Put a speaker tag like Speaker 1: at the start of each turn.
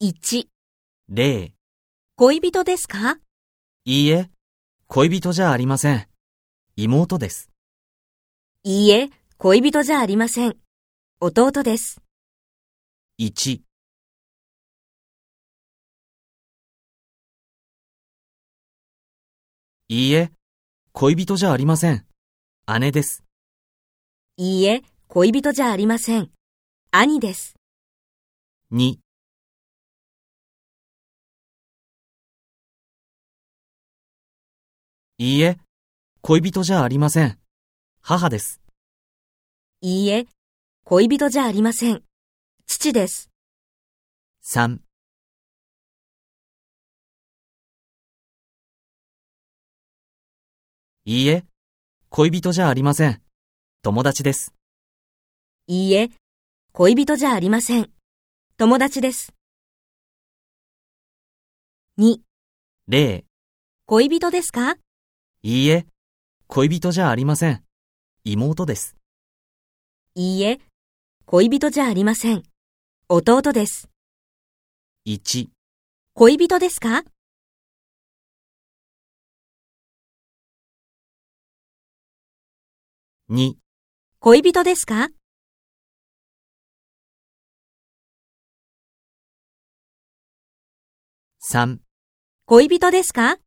Speaker 1: 1、
Speaker 2: 例、
Speaker 1: 恋人ですか
Speaker 2: いいえ、恋人じゃありません。妹です。
Speaker 1: いいえ、恋人じゃありません。弟です。
Speaker 2: 1、いいえ、恋人じゃありません。姉です。
Speaker 1: いいえ、恋人じゃありません。兄です。
Speaker 2: 2、いいえ、恋人じゃありません。母です。
Speaker 1: いいえ、恋人じゃありません。父です。
Speaker 2: 3いいえ、恋人じゃありません。友達です。
Speaker 1: いいえ、恋人じゃありません。友達です。2、
Speaker 2: 例、
Speaker 1: 恋人ですか
Speaker 2: いいえ、恋人じゃありません。妹です。
Speaker 1: いいえ、恋人じゃありません。弟です。
Speaker 2: 1、
Speaker 1: 恋人ですか
Speaker 2: 2、
Speaker 1: 恋人ですか
Speaker 2: 3
Speaker 1: 恋人ですか